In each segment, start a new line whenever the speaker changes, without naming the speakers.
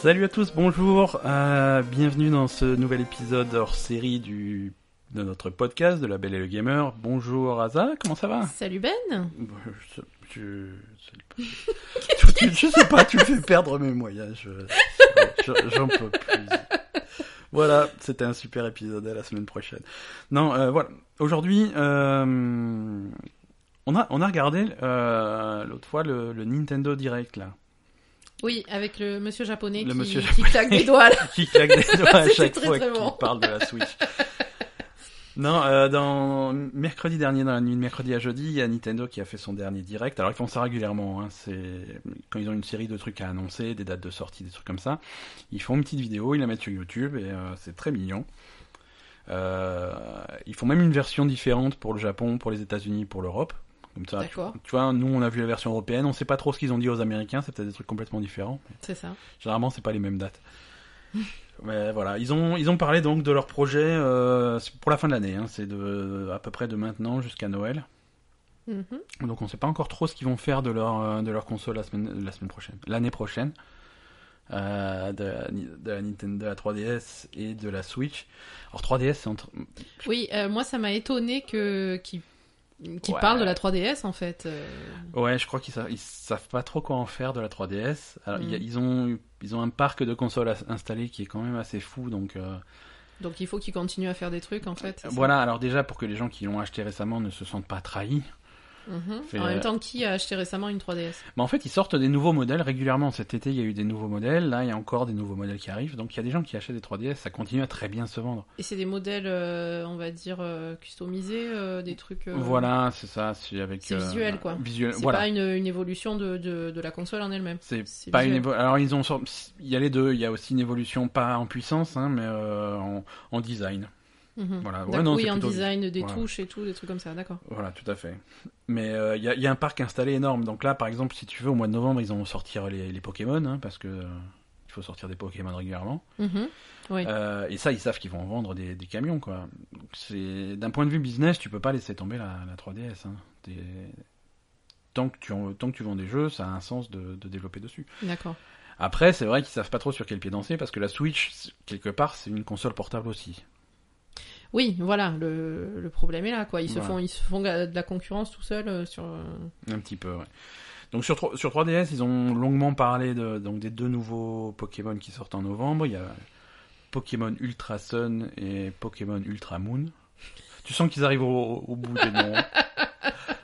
Salut à tous, bonjour, euh, bienvenue dans ce nouvel épisode hors série du de notre podcast de La Belle et le Gamer. Bonjour Aza, comment ça va
Salut Ben
Bon, Je, je- je- tu- tu- je sais pas, tu me fais perdre mes moyens. je- je- J'en peux plus. Voilà, c'était un super épisode. À la semaine prochaine. Non, euh, voilà. Aujourd'hui, euh, on a on a regardé euh, l'autre fois le, le Nintendo Direct là,
Oui, avec le monsieur japonais,
Le
qui,
monsieur
qui claque des doigts là.
qui claque des doigts à
C'était
chaque
très,
fois
très
qu'il
bon.
parle de la Switch. Non, euh, dans mercredi dernier, dans la nuit de mercredi à jeudi, il y a Nintendo qui a fait son dernier direct. Alors ils font ça régulièrement, hein, c'est quand ils ont une série de trucs à annoncer, des dates de sortie, des trucs comme ça. Ils font une petite vidéo, ils la mettent sur YouTube et euh, c'est très mignon. Euh, ils font même une version différente pour le Japon, pour les États-Unis, pour l'Europe. Comme ça, tu,
D'accord,
tu vois, nous on a vu la version européenne, on sait pas trop ce qu'ils ont dit aux Américains, c'est peut-être des trucs complètement différents.
c'est ça.
Généralement, c'est pas les mêmes dates. Mais voilà, ils ont, ils ont parlé donc de leur projet euh, c'est pour la fin de l'année. hein, c'est de à peu près de maintenant jusqu'à Noël.
Mhm.
Donc on sait pas encore trop ce qu'ils vont faire de leur, euh, de leur console la semaine, la semaine prochaine, l'année prochaine, euh, de, la Ni- de la Nintendo, de la 3DS et de la Switch. Alors 3DS, c'est entre...
Oui, euh, moi ça m'a étonné que qui qui
Ouais.
parle de la 3DS en fait. euh,
ouais, je crois qu'ils savent, ils savent pas trop quoi en faire de la 3DS. Alors,
Mm.
il y a- ils ont, ils ont un parc de consoles à- installé qui est quand même assez fou, donc. euh,
donc il faut qu'il continue à faire des trucs en fait. c'est ça
Voilà, alors déjà pour que les gens qui l'ont acheté récemment ne se sentent pas trahis.
Mhm.
Fait-
En même temps, qui a acheté récemment une 3DS
Mais bah, en fait, ils sortent des nouveaux modèles régulièrement. Cet été, il y a eu des nouveaux modèles. Là, il y a encore des nouveaux modèles qui arrivent. Donc, il y a des gens qui achètent des 3DS. Ça continue à très bien se vendre.
Et c'est des modèles, euh, on va dire, euh, customisés, euh, des trucs. euh,
Voilà, c'est ça. C'est avec. euh,
c'est visuel, quoi.
Visuel.
C'est
Voilà.
pas une, une évolution de, de, de la console en elle-même.
C'est
c'est
pas une
visuel.
évo- Alors, ils ont. sort- Il y a les deux. Il y a aussi une évolution, pas en puissance, hein, mais euh, en, en design.
Mhm.
Voilà.
D'accord.
Ouais, non,
oui,
c'est
en
plutôt-
design, des
Voilà.
touches et tout, des trucs comme ça, d'accord.
Voilà, tout à fait. Mais euh, il y, a, il y a un parc installé énorme. Donc là, par exemple, si tu veux, au mois de novembre, ils vont sortir les, les Pokémon, hein, parce que euh, il faut sortir des Pokémon régulièrement.
Mhm. Oui.
Euh, et ça, ils savent qu'ils vont en vendre des, des camions, quoi. Donc, C'est d'un point de vue business, tu peux pas laisser tomber la, la 3DS. hein. T'es- Tant que tu en- tant que tu vends des jeux, ça a un sens de, de développer dessus.
D'accord.
Après, c'est vrai qu'ils savent pas trop sur quel pied danser parce que la Switch, c'est- quelque part, c'est une console portable aussi.
Oui, voilà, le, le problème est là, quoi. Ils se
Voilà.
font, ils se font ga- de la concurrence tout seuls euh, sur. euh,
Un petit peu. Ouais. Donc sur tro- sur 3DS, ils ont longuement parlé de donc des deux nouveaux Pokémon qui sortent en novembre. Il y a Pokémon Ultra Sun et Pokémon Ultra Moon. Tu sens qu'ils arrivent au, au bout des noms.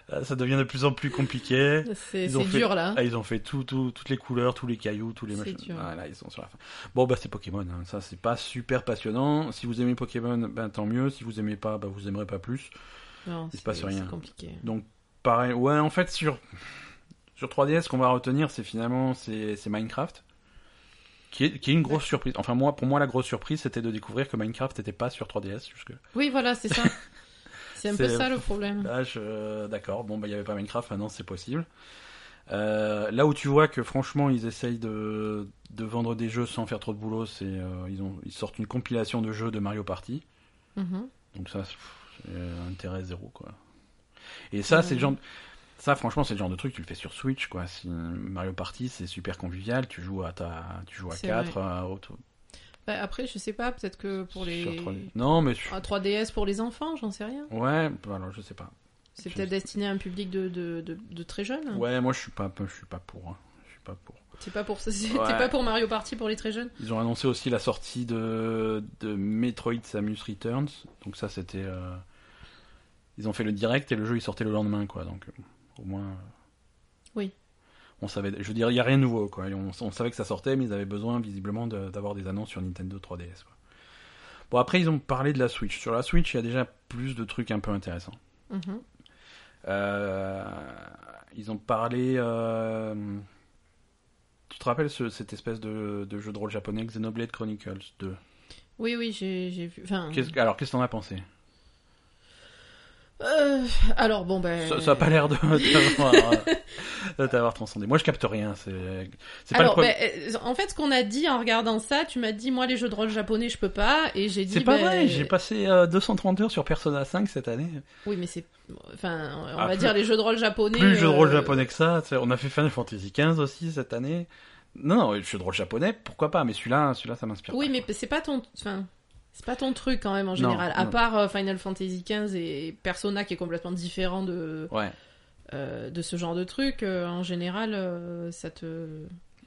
Là, Ça devient de plus en plus compliqué.
C'est
Ils ont
c'est
fait-
dur là.
Ah, ils ont fait tout, tout- toutes les couleurs, tous les cailloux, tous les
C'est
machins.
dur.
Voilà, ils sont sur la fin. Bon, bah c'est Pokémon. hein. Ça, c'est pas super passionnant. Si vous aimez Pokémon, ben tant mieux. Si vous aimez pas, ben vous aimerez pas plus.
Non,
il se
c'est-
passe rien.
C'est compliqué.
Pareil. Ouais, en fait, sur, sur 3DS, ce qu'on va retenir, c'est finalement c'est c'est Minecraft. Qui est, qui est une grosse surprise. Enfin, moi, pour moi, la grosse surprise, c'était de découvrir que Minecraft n'était pas sur 3DS jusque.
Oui, voilà, c'est ça. C'est un peu
C'est-
ça le problème.
Là, je... euh, d'accord, bon, bah, il n'y avait pas Minecraft, maintenant c'est possible. Euh, là où tu vois que franchement ils essayent de, de vendre des jeux sans faire trop de boulot, c'est euh, ils, ont... ils sortent une compilation de jeux de Mario Party.
Mhm.
Donc ça, c'est pff, c'est intérêt zéro quoi. Et ça, c'est le genre, de- ça franchement c'est le genre de truc tu le fais sur Switch quoi. Si Mario Party c'est super convivial, tu joues à ta, tu joues à
C'est
4 euh, auto-
Bah, après, je sais pas, peut-être que pour les.
sur 3D. Non mais je-
Ah, 3DS pour les enfants, j'en sais rien.
ouais, bah, alors je sais pas.
C'est
Je
peut-être
sais.
destiné à un public de, de, de, de très jeunes.
Ouais, moi je suis pas, je suis pas pour, hein. je suis pas pour.
C'est pas pour ça- c'est
Ouais.
pas pour Mario Party pour les très jeunes.
Ils ont annoncé aussi la sortie de, de Metroid Samus Returns. Donc ça, c'était... euh, Ils ont fait le direct et le jeu, il sortait le lendemain, quoi. Donc euh, au moins... euh,
Oui.
On savait... Je veux dire, il n'y a rien de nouveau, quoi. Et On, on savait que ça sortait, mais ils avaient besoin, visiblement, de- d'avoir des annonces sur Nintendo 3DS, quoi. Bon, après, ils ont parlé de la Switch. Sur la Switch, il y a déjà plus de trucs un peu intéressants.
Mhm.
Euh, ils ont parlé. euh, Tu te rappelles ce- cette espèce de, de jeu de rôle japonais Xenoblade Chronicles 2
Oui, oui, j'ai j'ai vu. Enfin,
Qu'est-ce que- Alors, qu'est-ce que t'en as pensé
euh, alors bon ben.
ça, ça a pas l'air de t'avoir- de t'avoir transcendé. Moi, je capte rien. C'est c'est pas le
Alors,
problème.
ben, euh, en fait, ce qu'on a dit en regardant ça, tu m'as dit, moi, les jeux de rôle japonais, je peux pas, et j'ai dit,
C'est pas
ben,
vrai. J'ai passé euh, 230 heures sur Persona 5 cette année.
Oui, mais c'est, enfin, on
Ah,
va
plus-
dire les jeux de rôle japonais.
Plus de jeux de rôle
euh,
japonais que ça. tu sais, On a fait Final Fantasy 15 aussi cette année. Non, non, le jeu de rôle japonais, pourquoi pas, mais celui-là, celui-là, ça m'inspire.
Oui,
pas,
mais
quoi.
c'est pas ton. Enfin, c'est pas ton truc quand même en
Non,
général. à
non.
part euh, Final Fantasy XV et Persona qui est complètement différent de,
Ouais,
euh, de ce genre de truc, euh, en général, euh, ça te,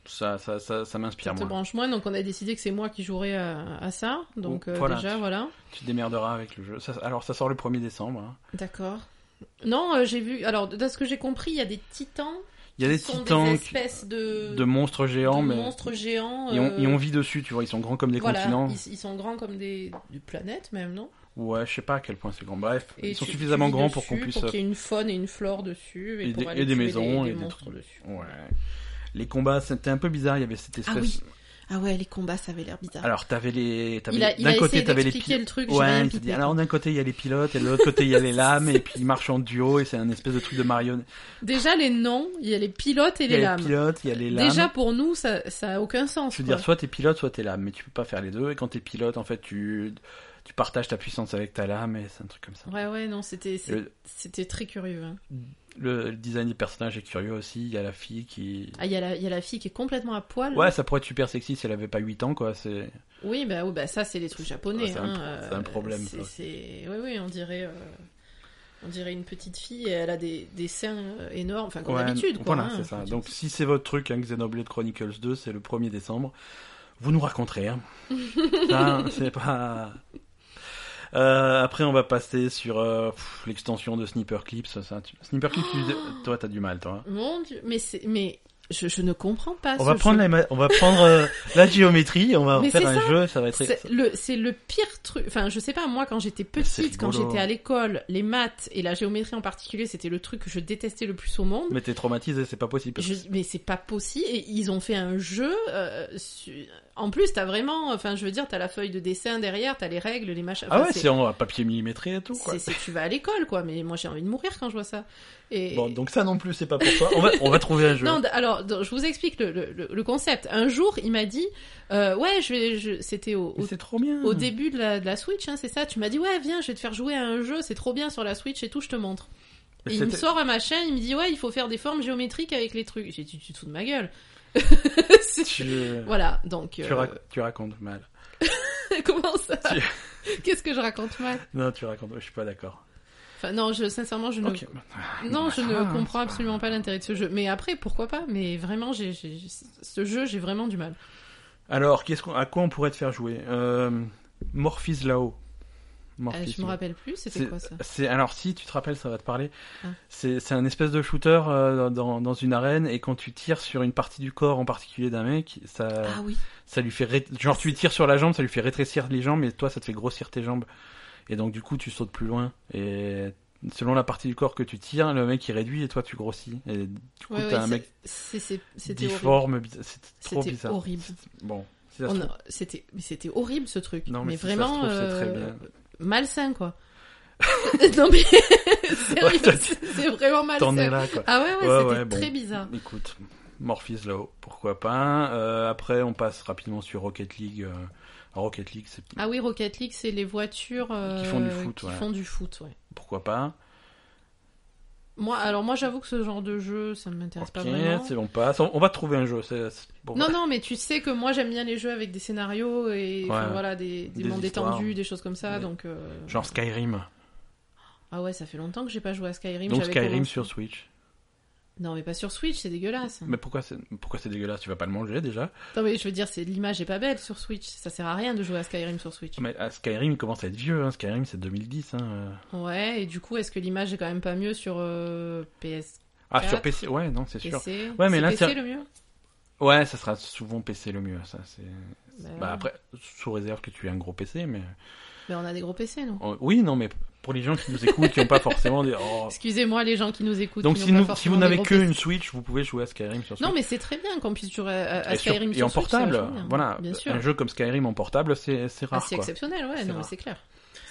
ça, ça, ça, ça
ça
m'inspire
te
moins.
branche moins. Donc on a décidé que c'est moi qui jouerai à, à ça. Donc
Oh,
euh,
voilà.
déjà, voilà.
Tu te démerderas avec le jeu. Ça- alors, ça sort le 1er décembre. hein.
D'accord. Non, euh, j'ai vu. Alors, de de ce que j'ai compris, il y a des titans.
Il y a des
qui sont
titans
des
qui-
espèces de,
de monstres géants,
de
mais
monstres géants.
ils, ont,
euh,
ils ont vie dessus, tu vois. Ils sont grands comme des
voilà,
continents.
Ils, ils sont grands comme des, des planètes même, non
Ouais, je sais pas à quel point c'est grand. Bref,
Et
ils sont
tu- tu
suffisamment
vis
grands
dessus
pour qu'on puisse. euh,
Pour qu'il y ait une faune et une flore dessus. Et,
Et
pour
des-
aller
et des
tuer
maisons
des,
et des
monstres
trucs.
dessus.
Ouais. Les combats, c'était un peu bizarre. Il y avait cette espèce.
oui. Ah ouais, les combats, ça avait l'air bizarre.
Alors, t'avais les. t'avais-
il a, il
D'un
a
côté,
essayé
t'avais les
d'expliquer
pilotes.
le truc, j'ai
Ouais,
rien
il s'est dit,
pipé.
alors d'un côté il y a les pilotes et de l'autre côté il y a les lames et puis ils marchent en duo et c'est un espèce de truc de marionnette.
Déjà, les noms, il y a les pilotes et
Il y
les
a les
lames.
pilotes, il y a les lames.
Déjà, pour nous, ça, ça a aucun sens.
Je veux
quoi.
dire, soit t'es pilote, soit t'es lame, mais tu peux pas faire les deux. Et quand t'es pilote, en fait, tu, tu partages ta puissance avec ta lame, et c'est un truc comme ça.
Ouais, ouais, non, c'était, c'est-
Le,
c'était très curieux. hein.
le design des personnages est curieux aussi. Il y a la fille qui.
Ah, il y, a la- il y a la fille qui est complètement à poil.
Ouais, ça pourrait être super sexy si elle avait pas 8 ans, quoi. C'est.
Oui, bah, oui, bah ça, c'est les trucs japonais.
Ouais, Ah, c'est un-
hein,
c'est un
euh,
problème,
c'est-
ça.
c'est- Oui, oui, on dirait, euh, on dirait une petite fille et elle a des, des seins euh, énormes, enfin, comme
Ouais,
d'habitude. quoi,
Voilà,
hein,
c'est ça.
enfin, tu-
Donc, si c'est votre truc, hein, Xenoblade Chronicles 2, c'est le 1er décembre. Vous nous raconterez. Hein. ça, c'est pas. Euh, après, on va passer sur euh, pff, l'extension de Sniper Clips. Ça, tu- Sniper Clips, tu- toi, t'as du mal, toi. hein.
Mon dieu, mais, c'est, mais je, je ne comprends pas.
On
ce
va prendre,
jeu.
la, ma- on va prendre euh, la géométrie, on va
Mais
faire
c'est
un
ça.
jeu, ça va être.
C'est le, c'est le pire truc. Enfin, je sais pas, moi, quand j'étais
Mais c'est
petite, quand
rigolo.
j'étais à l'école, les maths et la géométrie en particulier, c'était le truc que je détestais le plus au monde.
Mais t'es traumatisé, c'est pas possible.
Je- mais c'est pas possible. Et ils ont fait un jeu. euh, su- En plus, t'as vraiment. Enfin, je veux dire, t'as la feuille de dessin derrière, t'as les règles, les machins.
Ah
Enfin,
ouais,
c'est-
c'est en papier millimétré et tout. Quoi.
c'est- c'est- tu vas à l'école, quoi. Mais moi, j'ai envie de mourir quand je vois ça. Et...
Bon, donc ça non plus, c'est pas pour toi. On va, on va trouver un jeu.
Non, d- alors d- je vous explique le, le- le- le concept. Un jour, il m'a dit, euh, ouais, je vais, je- c'était au,
Mais
au,
c'est trop bien.
au début de la, de la Switch, hein, c'est ça. Tu m'as dit, ouais, viens, je vais te faire jouer à un jeu, c'est trop bien sur la Switch et tout, je te montre.
Mais
Et il me
c'était-
sort un machin, il me dit, ouais, il faut faire des formes géométriques avec les trucs. J'ai dit, tu te fous de ma gueule. C'est-
Tu,
Voilà, donc.
tu
euh,
rac- tu racontes mal.
Comment ça
Tu-
Qu'est-ce que je raconte mal
Non, tu racontes. Je suis pas d'accord.
Enfin, non, je, sincèrement, je ne,
Ok.
non, je
Ah, ça
ne
va,
comprends
c'est
absolument pas l'intérêt de ce jeu. Mais après, pourquoi pas Mais vraiment, j'ai, j'ai- ce jeu, j'ai vraiment du mal.
Alors, qu'est-ce qu'on, à quoi on pourrait te faire jouer euh, Morphis là-haut.
Euh,
Morphis,
je me
là-haut.
rappelle plus, c'était quoi ça
C'est euh, alors si tu te rappelles, ça va te parler.
Ah.
C'est c'est un espèce de shooter euh, dans, dans une arène et quand tu tires sur une partie du corps en particulier d'un mec, ça
Ah oui.
ça lui fait ré- genre tu lui tires sur la jambe, ça lui fait rétrécir les jambes et toi ça te fait grossir tes jambes et donc du coup tu sautes plus loin et selon la partie du corps que tu tires, le mec il réduit et toi tu grossis et du coup
Ouais, ouais,
t'as un mec
c'est- c'est- c'est- c'était horrible.
difforme, bizarre- c'est trop
C'était
bizarre.
horrible.
C'est- Bon, si ça se
On
trouve-
a- C'était, mais c'était horrible ce truc.
Non, mais, si ça se
vraiment,
trouve, c'est très
euh,
bien.
malsain quoi. non mais sérieux,
Ouais, toi, tu-
c'est c'est vraiment
T'en es
malsain.
là quoi.
Ah ouais, ouais,
Ouais,
c'était
ouais, bon.
très bizarre.
Écoute, Morphis là-haut, pourquoi pas. Euh, après, on passe rapidement sur Rocket League. euh, Rocket League, c'est
Ah oui, Rocket League, c'est les voitures euh,
Qui font du foot,
qui
ouais.
font du foot, ouais.
pourquoi pas.
Moi, alors moi, j'avoue que ce genre de jeu, ça ne m'intéresse pas
Ok,
vraiment.
c'est bon, on passe. On, on va trouver un jeu. c'est- c'est- bon,
Non,
voilà.
non, mais tu sais que moi, j'aime bien les jeux avec des scénarios et enfin,
Ouais.
voilà des, des,
Des
mondes
histoires.
étendus, des choses comme ça.
Ouais.
Donc euh,
Genre Skyrim.
ah ouais, ça fait longtemps que j'ai pas joué à Skyrim.
Donc
j'avais
Skyrim
commencé-
sur Switch.
Non, mais pas sur Switch, c'est dégueulasse.
Mais pourquoi c'est pourquoi c'est dégueulasse Tu vas pas le manger déjà.
Non, mais je veux dire, c'est l'image est pas belle sur Switch. Ça sert à rien de jouer à Skyrim sur Switch.
Mais ah, Skyrim commence à être vieux. hein, Skyrim c'est 2010. hein, euh.
Ouais, et du coup, est-ce que l'image est quand même pas mieux sur euh, PS
Ah sur
Quatre.
PC, ouais, non, c'est sûr.
PC
Ouais, mais
C'est
là,
PC
c'est-
le mieux.
Ouais, ça sera souvent PC le mieux. Ça, c'est.
Bah,
Bah après, sous réserve que tu aies un gros PC, mais.
Mais on a des gros PC, non
Oh, Oui, non, mais pour les gens qui nous écoutent, qui n'ont pas forcément des. Oh,
Excusez-moi les gens qui nous écoutent.
Donc
qui
si,
n'ont pas
nous- si
forcément
vous
des
n'avez
gros
que
PC.
une Switch, vous pouvez jouer à Skyrim sur Switch.
Non, mais c'est très bien qu'on puisse jouer à, à
et, sur-
Skyrim
et
sur
en
Switch, ça
portable,
vachement bien.
voilà.
Bien sûr.
Un jeu comme Skyrim en portable, c'est c'est
Ah,
rare.
c'est
quoi.
exceptionnel, ouais,
C'est
non, mais
rare.
c'est clair.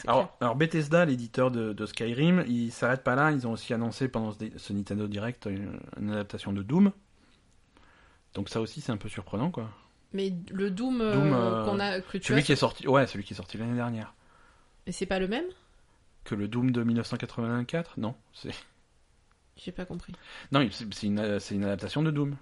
C'est
Alors,
clair.
alors Bethesda, l'éditeur de, de Skyrim, ils s'arrêtent pas là. Ils ont aussi annoncé pendant ce, ce Nintendo Direct une, une adaptation de Doom. Donc ça aussi, c'est un peu surprenant, quoi.
Mais le Doom, euh,
Doom, euh,
qu'on a, que tu
Celui
as,
qui est sorti, ouais, celui qui est sorti l'année dernière.
mais c'est pas le même
Que le Doom de 1984, non, c'est
J'ai pas compris.
non, il- c'est c'est une, euh, c'est une adaptation de Doom.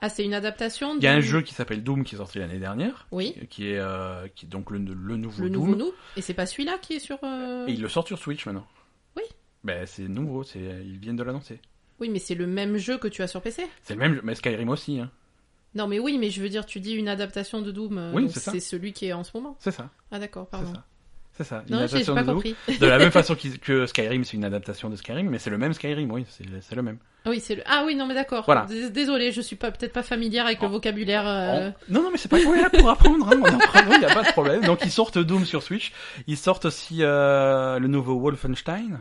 Ah, c'est une adaptation
Il y a un jeu qui s'appelle Doom qui est sorti l'année dernière,
Oui,
qui est, euh, qui est donc le, le nouveau
le
Doom.
nouveau nous. Et c'est pas celui-là qui est sur. euh,
Et ils le sortent sur Switch maintenant.
Oui.
Ben, c'est nouveau, c'est... ils viennent de l'annoncer.
Oui, mais c'est le même jeu que tu as sur PC.
C'est le même jeu, mais Skyrim aussi, hein.
Non, mais oui, mais je veux dire, tu dis une adaptation de Doom. euh,
Oui,
donc
c'est ça.
C'est celui qui est en ce moment.
C'est ça,
Ah, d'accord,
c'est
pardon.
ça. C'est ça. Une
Non, j'ai j'ai
adaptation
pas
de Doom.
compris.
De la même façon qu'ils- que Skyrim, c'est une adaptation de Skyrim, mais c'est le même Skyrim, oui, c'est c'est le même.
Ah oui, c'est le. Ah oui, non, mais d'accord.
Voilà.
Dés- Désolée, je suis pas peut-être pas familière avec le
En-
vocabulaire. euh,
En- Non, non, mais c'est pas qu'on est là pour apprendre, hein, on apprend, il n'y a pas de problème. Donc ils sortent Doom sur Switch, ils sortent aussi euh, le nouveau Wolfenstein,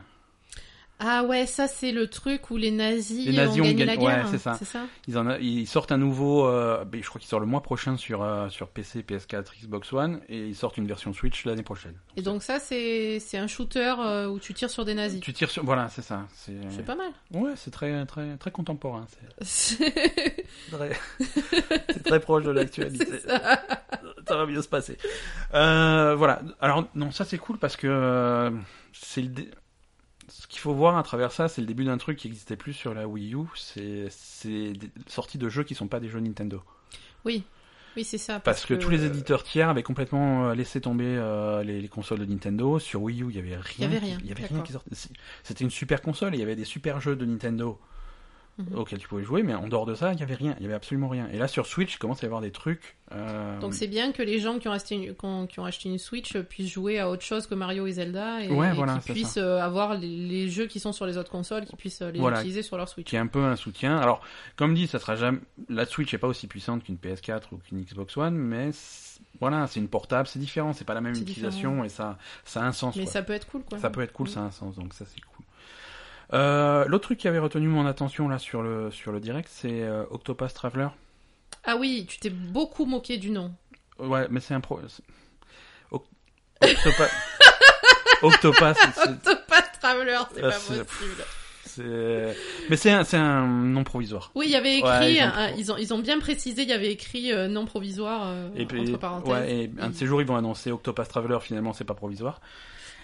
Ah ouais, ça c'est le truc où les nazis,
Les nazis
ont
ont gagné-
gagné la guerre.
ouais, c'est ça.
C'est ça.
ils, en a- ils sortent un nouveau, euh, ben, je crois qu'il sort le mois prochain sur, euh, sur PC, PS4, Xbox One, et ils sortent une version Switch l'année prochaine.
Et donc ça c'est c'est un shooter euh, où tu tires sur des nazis.
Tu tires sur... Voilà, c'est ça. C'est
C'est pas mal.
Ouais, c'est très, très, très contemporain. C'est très... c'est très proche de l'actualité.
C'est ça.
ça va mieux se passer. Euh, voilà. Alors non, ça c'est cool parce que euh, c'est le dé- ce qu'il faut voir à travers ça, c'est le début d'un truc qui existait plus sur la Wii U. C'est c'est des sorties de jeux qui sont pas des jeux Nintendo.
Oui, oui c'est ça.
Parce que, tous les éditeurs tiers avaient complètement euh, laissé tomber euh, les, les consoles de Nintendo. Sur Wii U, il y avait rien.
Il y avait
qui-
rien,
il y avait rien
d'accord.
qui sortait. C'est- C'était une super console. Il y avait des super jeux de Nintendo
Mhm.
auxquels tu pouvais jouer, mais en dehors de ça, il y avait rien. Il y avait absolument rien. Et là, sur Switch, il commence à y avoir des trucs. euh,
Donc c'est bien que les gens qui ont acheté une, qui ont, qui ont acheté une Switch euh, puissent jouer à autre chose que Mario et Zelda et,
Ouais,
et
voilà, c'est
qu'ils puissent euh, avoir les, les jeux qui sont sur les autres consoles, qu'ils puissent euh, les
Voilà.
utiliser sur leur Switch.
qui est un peu un soutien. Alors, comme dit, ça sera jamais la Switch est pas aussi puissante qu'une PS4 ou qu'une Xbox One, mais c'est- voilà, c'est une portable, c'est différent, c'est pas la même
C'est
utilisation et ça ça a un sens
Mais
quoi.
ça peut être cool quoi.
Ça peut être cool,
Mm.
ça a un sens, donc ça c'est cool. Euh, L'autre truc qui avait retenu mon attention là sur le sur le direct, c'est euh, Octopath Traveler.
Ah oui, tu t'es beaucoup moqué du nom.
Euh, Ouais, mais c'est un pro. c'est- Oc- Octopa- Octopath. c'est-
Octopath Traveler, c'est
Ah,
pas
c'est-
possible.
c'est- Mais c'est un, c'est un nom provisoire.
Oui, il y avait écrit,
Ouais, ils ont-
hein, ils, ont... Ils, ont, bien précisé, il y avait écrit euh, non provisoire euh,
Et puis,
entre parenthèses.
ouais, et un de ces jours, ils vont annoncer Octopath Traveler. Finalement, c'est pas provisoire.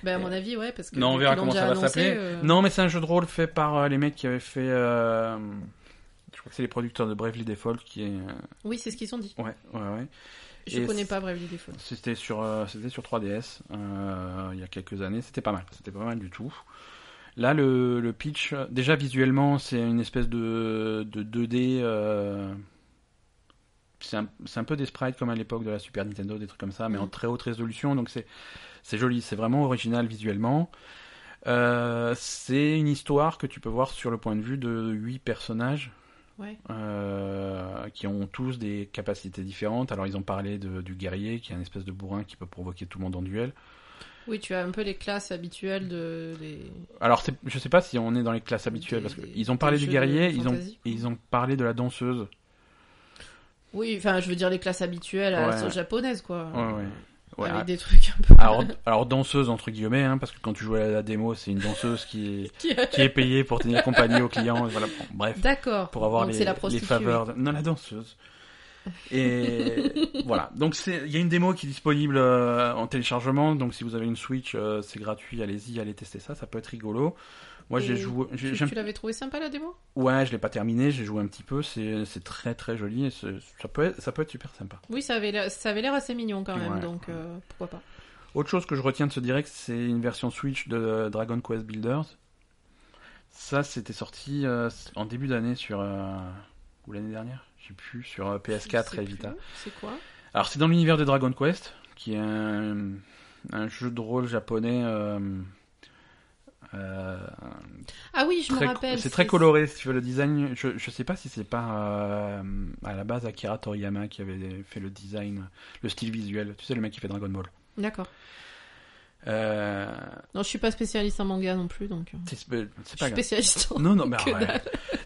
Ben, à mon avis, ouais, parce que.
Non, on
vu
verra
qu'ils l'ont
comment ça
déjà
va
annoncé,
s'appeler.
euh,
Non, mais c'est un jeu de rôle fait par euh, les mecs qui avaient fait. euh, je crois que c'est les producteurs de Bravely Default qui est. euh,
Oui, c'est ce qu'ils ont dit.
ouais, ouais, ouais.
Je
Et
connais
c'est-
pas Bravely Default.
C'était sur, euh, c'était sur 3DS euh, il y a quelques années. C'était pas mal. C'était pas mal du tout. Là, le, le pitch, euh, déjà visuellement, c'est une espèce de, de 2D. euh, c'est un, c'est un peu des sprites comme à l'époque de la Super Nintendo, des trucs comme ça, mais en
Mhm.
très haute résolution. Donc c'est c'est joli, c'est vraiment original visuellement. Euh, c'est une histoire que tu peux voir sur le point de vue de huit personnages
Ouais.
euh, qui ont tous des capacités différentes. Alors ils ont parlé de- du guerrier qui est un espèce de bourrin qui peut provoquer tout le monde en duel.
Oui, tu as un peu les classes habituelles de. Des...
Alors c'est- je sais pas si on est dans les classes habituelles
Des-
parce
des-
qu'ils ont parlé du
des jeux de
guerrier, ils ont
fantasy, quoi.
ils ont parlé de la danseuse.
Oui, enfin, je veux dire les classes habituelles à la
Ouais.
sauce japonaise, quoi.
Ouais, ouais. Ouais, ah,
Ah, Avec des trucs un peu.
alors, alors danseuse entre guillemets hein, parce que quand tu joues à la démo c'est une danseuse qui est,
Qui- euh,
qui est payée pour tenir compagnie aux clients. Voilà. Bon, bref.
D'accord.
pour avoir
Donc
les,
c'est la
les
prostituée.
faveurs. de- Non, la danseuse. Et voilà. Donc c'est, il y a une démo qui est disponible euh, en téléchargement. Donc si vous avez une Switch, euh, c'est gratuit. Allez-y, allez tester ça. Ça peut être rigolo. Moi, j'ai
Et
joué. j'ai-
Tu,
j'aime-
tu l'avais trouvé sympa la démo
Ouais, je l'ai pas terminé. J'ai joué un petit peu. C'est, c'est très très joli. Et c'est- ça peut être, ça peut être super sympa.
Oui, ça avait l'air- ça avait l'air assez mignon quand même,
Ouais.
donc euh, pourquoi pas.
Autre chose que je retiens de ce direct, c'est une version Switch de euh, Dragon Quest Builders. Ça, c'était sorti euh, en début d'année sur euh, ou l'année dernière, je sais plus, sur euh,
Je
PS4
sais
et Vita.
plus, C'est quoi
Alors c'est dans l'univers de Dragon Quest, qui est un, un jeu de rôle japonais. euh, euh,
Ah oui, je
très-
me rappelle.
c'est très coloré, si tu veux, le design. Je, je sais pas si c'est pas euh, à la base Akira Toriyama qui avait fait le design, le style visuel. Tu sais, le mec qui fait Dragon Ball.
D'accord.
Euh,
Non, je suis pas spécialiste en manga non plus, donc. euh,
c'est c'est
Je
pas
suis
grave.
spécialiste en.
Non, non, bah
Que
ouais.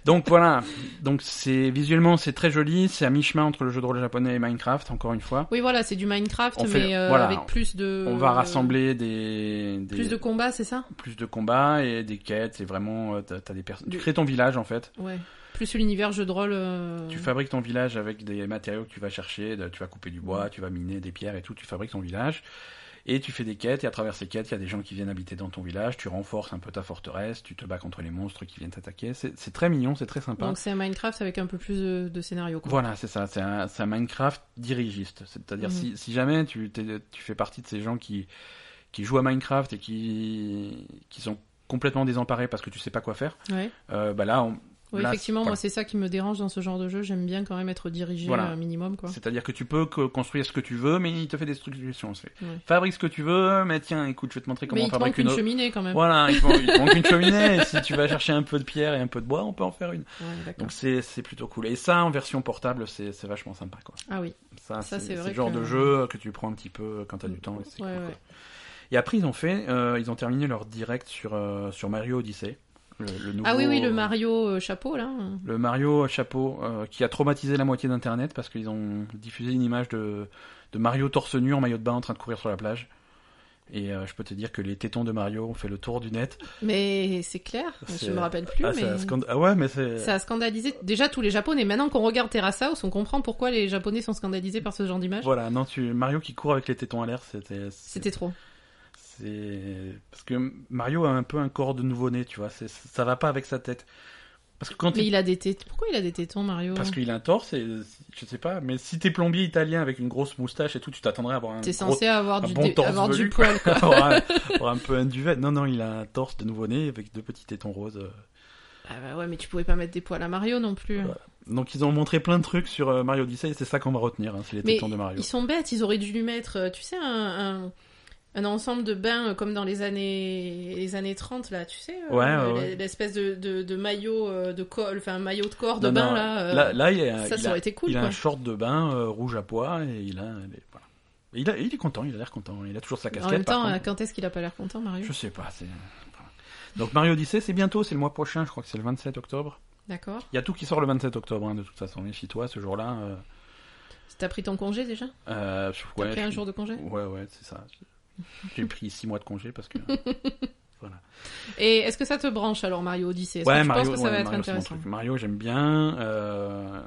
Donc voilà. Donc c'est visuellement c'est très joli. C'est à mi-chemin entre le jeu de rôle japonais et Minecraft, encore une fois.
Oui, voilà, c'est du Minecraft,
On
mais
fait-
euh,
voilà,
avec plus de.
On va rassembler des, des-
Euh, Plus de combats, c'est ça
plus de combats et des quêtes et vraiment euh, t'as, t'as des personnes
Du-
tu crées ton village en fait
Ouais. Plus l'univers jeu de rôle. euh,
tu fabriques ton village avec des matériaux que tu vas chercher de- tu vas couper du bois tu vas miner des pierres et tout tu fabriques ton village Et tu fais des quêtes, et à travers ces quêtes, il y a des gens qui viennent habiter dans ton village, tu renforces un peu ta forteresse, tu te bats contre les monstres qui viennent t'attaquer. C'est c'est très mignon, c'est très sympa.
Donc c'est un Minecraft avec un peu plus de, de scénario. Quoi.
Voilà, c'est ça, c'est un, c'est un Minecraft dirigiste. C'est-à-dire,
Mhm.
si, si jamais tu, t'es- tu fais partie de ces gens qui, qui jouent à Minecraft et qui, qui sont complètement désemparés parce que tu sais pas quoi faire,
Ouais.
euh, bah là, on-
Ouais,
Là,
effectivement,
voilà.
moi c'est ça qui me dérange dans ce genre de jeu. J'aime bien quand même être dirigé
Voilà.
un minimum quoi.
c'est-à-dire que tu peux co- construire ce que tu veux, mais il te fait des suggestions. C'est,
Ouais.
Fabrique ce que tu veux, mais tiens, écoute, je vais te montrer comment
Mais
on
il te
fabrique
manque
une,
une
autre.
cheminée quand même.
Voilà, il te manque, il te manque une cheminée. et si tu vas chercher un peu de pierre et un peu de bois, on peut en faire une.
Ouais, d'accord.
Donc c'est c'est plutôt cool. Et ça, en version portable, c'est c'est vachement sympa. Quoi.
Ah oui.
Ça,
Ça,
c'est
c'est
c'est
vrai
le genre
que-
de jeu que tu prends un petit peu quand t'as du temps. Et, c'est
Ouais,
cool, quoi.
ouais.
et après, ils ont fait, euh, ils ont terminé leur direct sur, euh, sur Mario Odyssey. Le, le nouveau,
Ah oui, oui, le Mario euh, chapeau là. hein.
Le Mario chapeau euh, qui a traumatisé la moitié d'Internet parce qu'ils ont diffusé une image de, de Mario torse nu en maillot de bain en train de courir sur la plage. Et euh, je peux te dire que les tétons de Mario ont fait le tour du net.
Mais c'est clair,
C'est-
je me rappelle plus.
ah,
mais...
ça a scand- ah ouais, mais c'est...
Ça a scandalisé déjà tous les Japonais. Maintenant qu'on regarde Terrace House, on comprend pourquoi les Japonais sont scandalisés par ce genre d'image.
Voilà, non, tu... Mario qui court avec les tétons à l'air, c'était...
C'était trop.
C'est parce que Mario a un peu un corps de nouveau-né, tu vois. C'est ça va pas avec sa tête. Parce que quand
Mais
il...
il a des tétons. Pourquoi il a des tétons, Mario
parce qu'il a un torse, et... je sais pas. Mais si t'es plombier italien avec une grosse moustache et tout, tu t'attendrais à avoir un
T'es
gros...
censé avoir,
un
du,
bon
dé-
torse
avoir du
velu,
poil. quoi.
avoir un... avoir un peu un duvet. Non, non, il a un torse de nouveau-né avec deux petits tétons roses. euh.
Ah bah ouais, mais tu pouvais pas mettre des poils à Mario non plus.
Ouais. Donc ils ont montré plein de trucs sur euh, Mario Odyssey. et C'est ça qu'on va retenir, hein, c'est les
Mais
tétons de Mario.
Ils sont bêtes, ils auraient dû lui mettre, euh, tu sais, un, un, un ensemble de bains euh, comme dans les années, les années 30, là, tu sais. euh,
Ouais, ouais, ouais.
l'es- L'espèce de, de, de maillot euh, de col, enfin, maillot de corps de
Non,
bain,
non,
là. euh,
là, là, il a,
ça,
il
ça
a-
aurait été cool,
il a
quoi.
un short de bain euh, rouge à pois et il a, les- voilà. Et il, a- il est content, il a l'air content, il a toujours sa casquette.
en même
par
temps,
contre.
euh, quand est-ce qu'il a pas l'air content, Mario
Je sais pas. c'est- Donc Mario Odyssey, c'est bientôt, c'est le mois prochain, je crois que c'est le 27 octobre.
D'accord.
Il y a tout qui sort le 27 octobre, hein, de toute façon. Et chez toi, ce jour-là. euh,
T'as pris ton congé déjà
euh, je-
T'as
ouais,
pris un
je-
jour de congé
Ouais, ouais, c'est ça. J'ai pris 6 mois de congé parce que.
Et est-ce que ça te branche alors Mario Odyssey Est-ce que
Ouais,
tu
Mario,
penses que ça
ouais,
va être
Mario, c'est mon
intéressant
truc. Mario, j'aime bien. euh,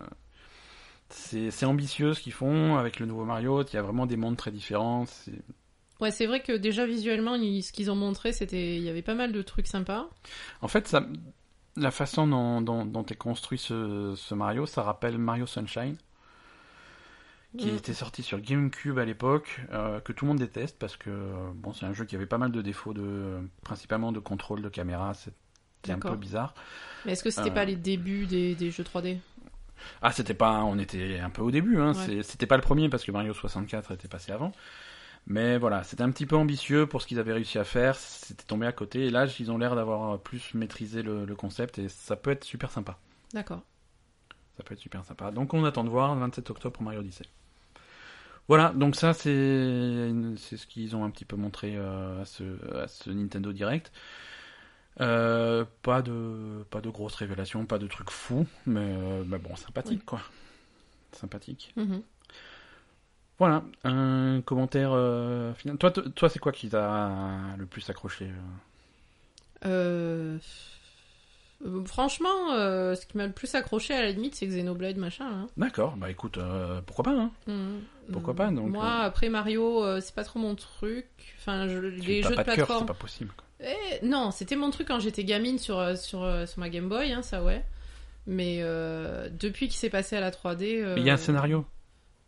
C'est c'est ambitieux ce qu'ils font avec le nouveau Mario. Il y a vraiment des mondes très différents. c'est-
Ouais, c'est vrai que déjà visuellement, ils- ce qu'ils ont montré, c'était il y avait pas mal de trucs sympas.
En fait, ça... la façon dont, dont, dont est construit ce, ce Mario, ça rappelle Mario Sunshine, qui
Mm.
était sorti sur GameCube à l'époque, euh, que tout le monde déteste parce que euh, bon, c'est un jeu qui avait pas mal de défauts, de... principalement de contrôle de caméra. C'était un peu
D'accord.
bizarre.
Mais est-ce que c'était
Euh.
pas les débuts des, des jeux 3D
Ah, c'était pas. On était un peu au début, hein.
Ouais.
c'est- C'était pas le premier parce que Mario 64 était passé avant. Mais voilà, c'était un petit peu ambitieux pour ce qu'ils avaient réussi à faire. C'était tombé à côté. Et là, ils ont l'air d'avoir plus maîtrisé le, le concept et ça peut être super sympa.
D'accord.
Ça peut être super sympa. Donc on attend de voir le 27 octobre pour Mario Odyssey. Voilà, donc ça c'est une- c'est ce qu'ils ont un petit peu montré euh, à, ce, à ce Nintendo Direct. Euh, pas de pas de grosses révélations, pas de trucs fous, mais, euh, bah bon, sympathique quoi. Sympathique.
Mhm.
Voilà, un commentaire euh, final. Toi, t- toi c'est quoi qui t'a le plus accroché euh
Euh, euh, Franchement, euh, ce qui m'a le plus accroché à la limite, c'est Xenoblade, machin. hein. là.
D'accord, bah écoute, euh, pourquoi pas hein
Mhm.
Pourquoi
Mhm.
pas, donc,
Moi,
euh,
après Mario, euh, c'est pas trop mon truc. Enfin, je- les
T'as
jeux de
pas de cœur,
plateforme.
c'est pas possible. quoi.
Eh, non, c'était mon truc quand j'étais gamine sur, euh, sur, euh, sur ma Game Boy, hein, ça ouais. Mais euh, depuis qu'il s'est passé à la 3D. euh,
Mais Il y a un scénario.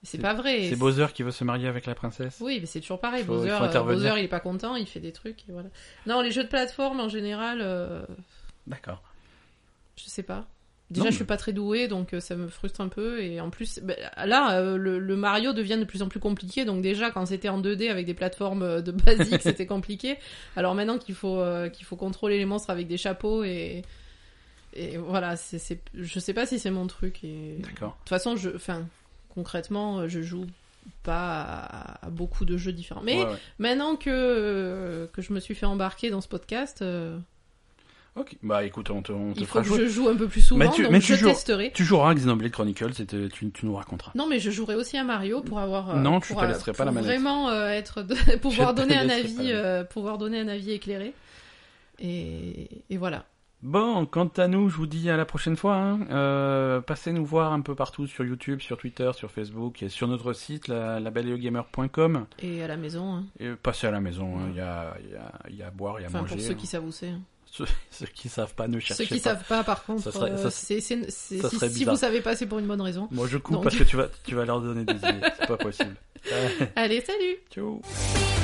C'est pas vrai.
C'est Bowser qui veut se marier avec la princesse.
Oui, mais c'est toujours pareil.
Faut- il
Bowser,
faut
euh,
intervenir.
Bowser, il est pas content, il fait des trucs. Et voilà. Non, les jeux de plateforme en général, euh,
D'accord.
je sais pas. Déjà,
Non,
je suis
mais-
pas très douée, donc euh, ça me frustre un peu. Et en plus, ben, là, euh, le, le Mario devient de plus en plus compliqué. Donc déjà, quand c'était en 2D avec des plateformes euh, de basique, c'était compliqué. Alors maintenant qu'il faut euh, qu'il faut contrôler les monstres avec des chapeaux et et voilà, c'est c'est je sais pas si c'est mon truc. Et... De
D'accord.
toute façon, je, enfin, concrètement, euh, je joue pas à, à beaucoup de jeux différents. Mais
Ouais, ouais.
maintenant que euh, que je me suis fait embarquer dans ce podcast, euh,
Ok. Bah écoute, on te, on te
il faut
fera
que
jouer.
je joue un peu plus souvent.
Mais tu-
donc
mais tu
je
joues-
testerai.
Tu joueras à Xenoblade Chronicles et te- tu, tu nous raconteras.
Non, mais je jouerai aussi à Mario pour avoir. euh,
Non, tu
pour,
te
euh,
laisserai pas la
pour
manette.
Vraiment euh, être, pouvoir
te
donner un
laisserai pas
avis,
la manette.
euh, pouvoir donner un avis éclairé. Et, et voilà.
Bon, quant à nous, je vous dis à la prochaine fois. hein. Euh, passez nous voir un peu partout sur YouTube, sur Twitter, sur Facebook et sur notre site, la, labelleogamer.com.
Et à la maison, hein.
Et passez à la maison, hein. il, y a, il, y a, il y a à boire, il y a à
enfin
manger.
pour ceux
hein.
qui savent où c'est. hein.
Ceux- ceux qui savent pas, ne cherchez
Ceux qui
pas.
savent pas, par contre,
Ça serait-
euh,
ça-
c'est- c'est- c'est-
ça
si,
serait
si
bizarre.
vous savez pas, c'est pour une bonne raison.
Moi, je coupe
Donc.
parce que tu vas, tu vas leur donner des idées. C'est pas possible. Ouais.
Allez, salut
Ciao.
Thank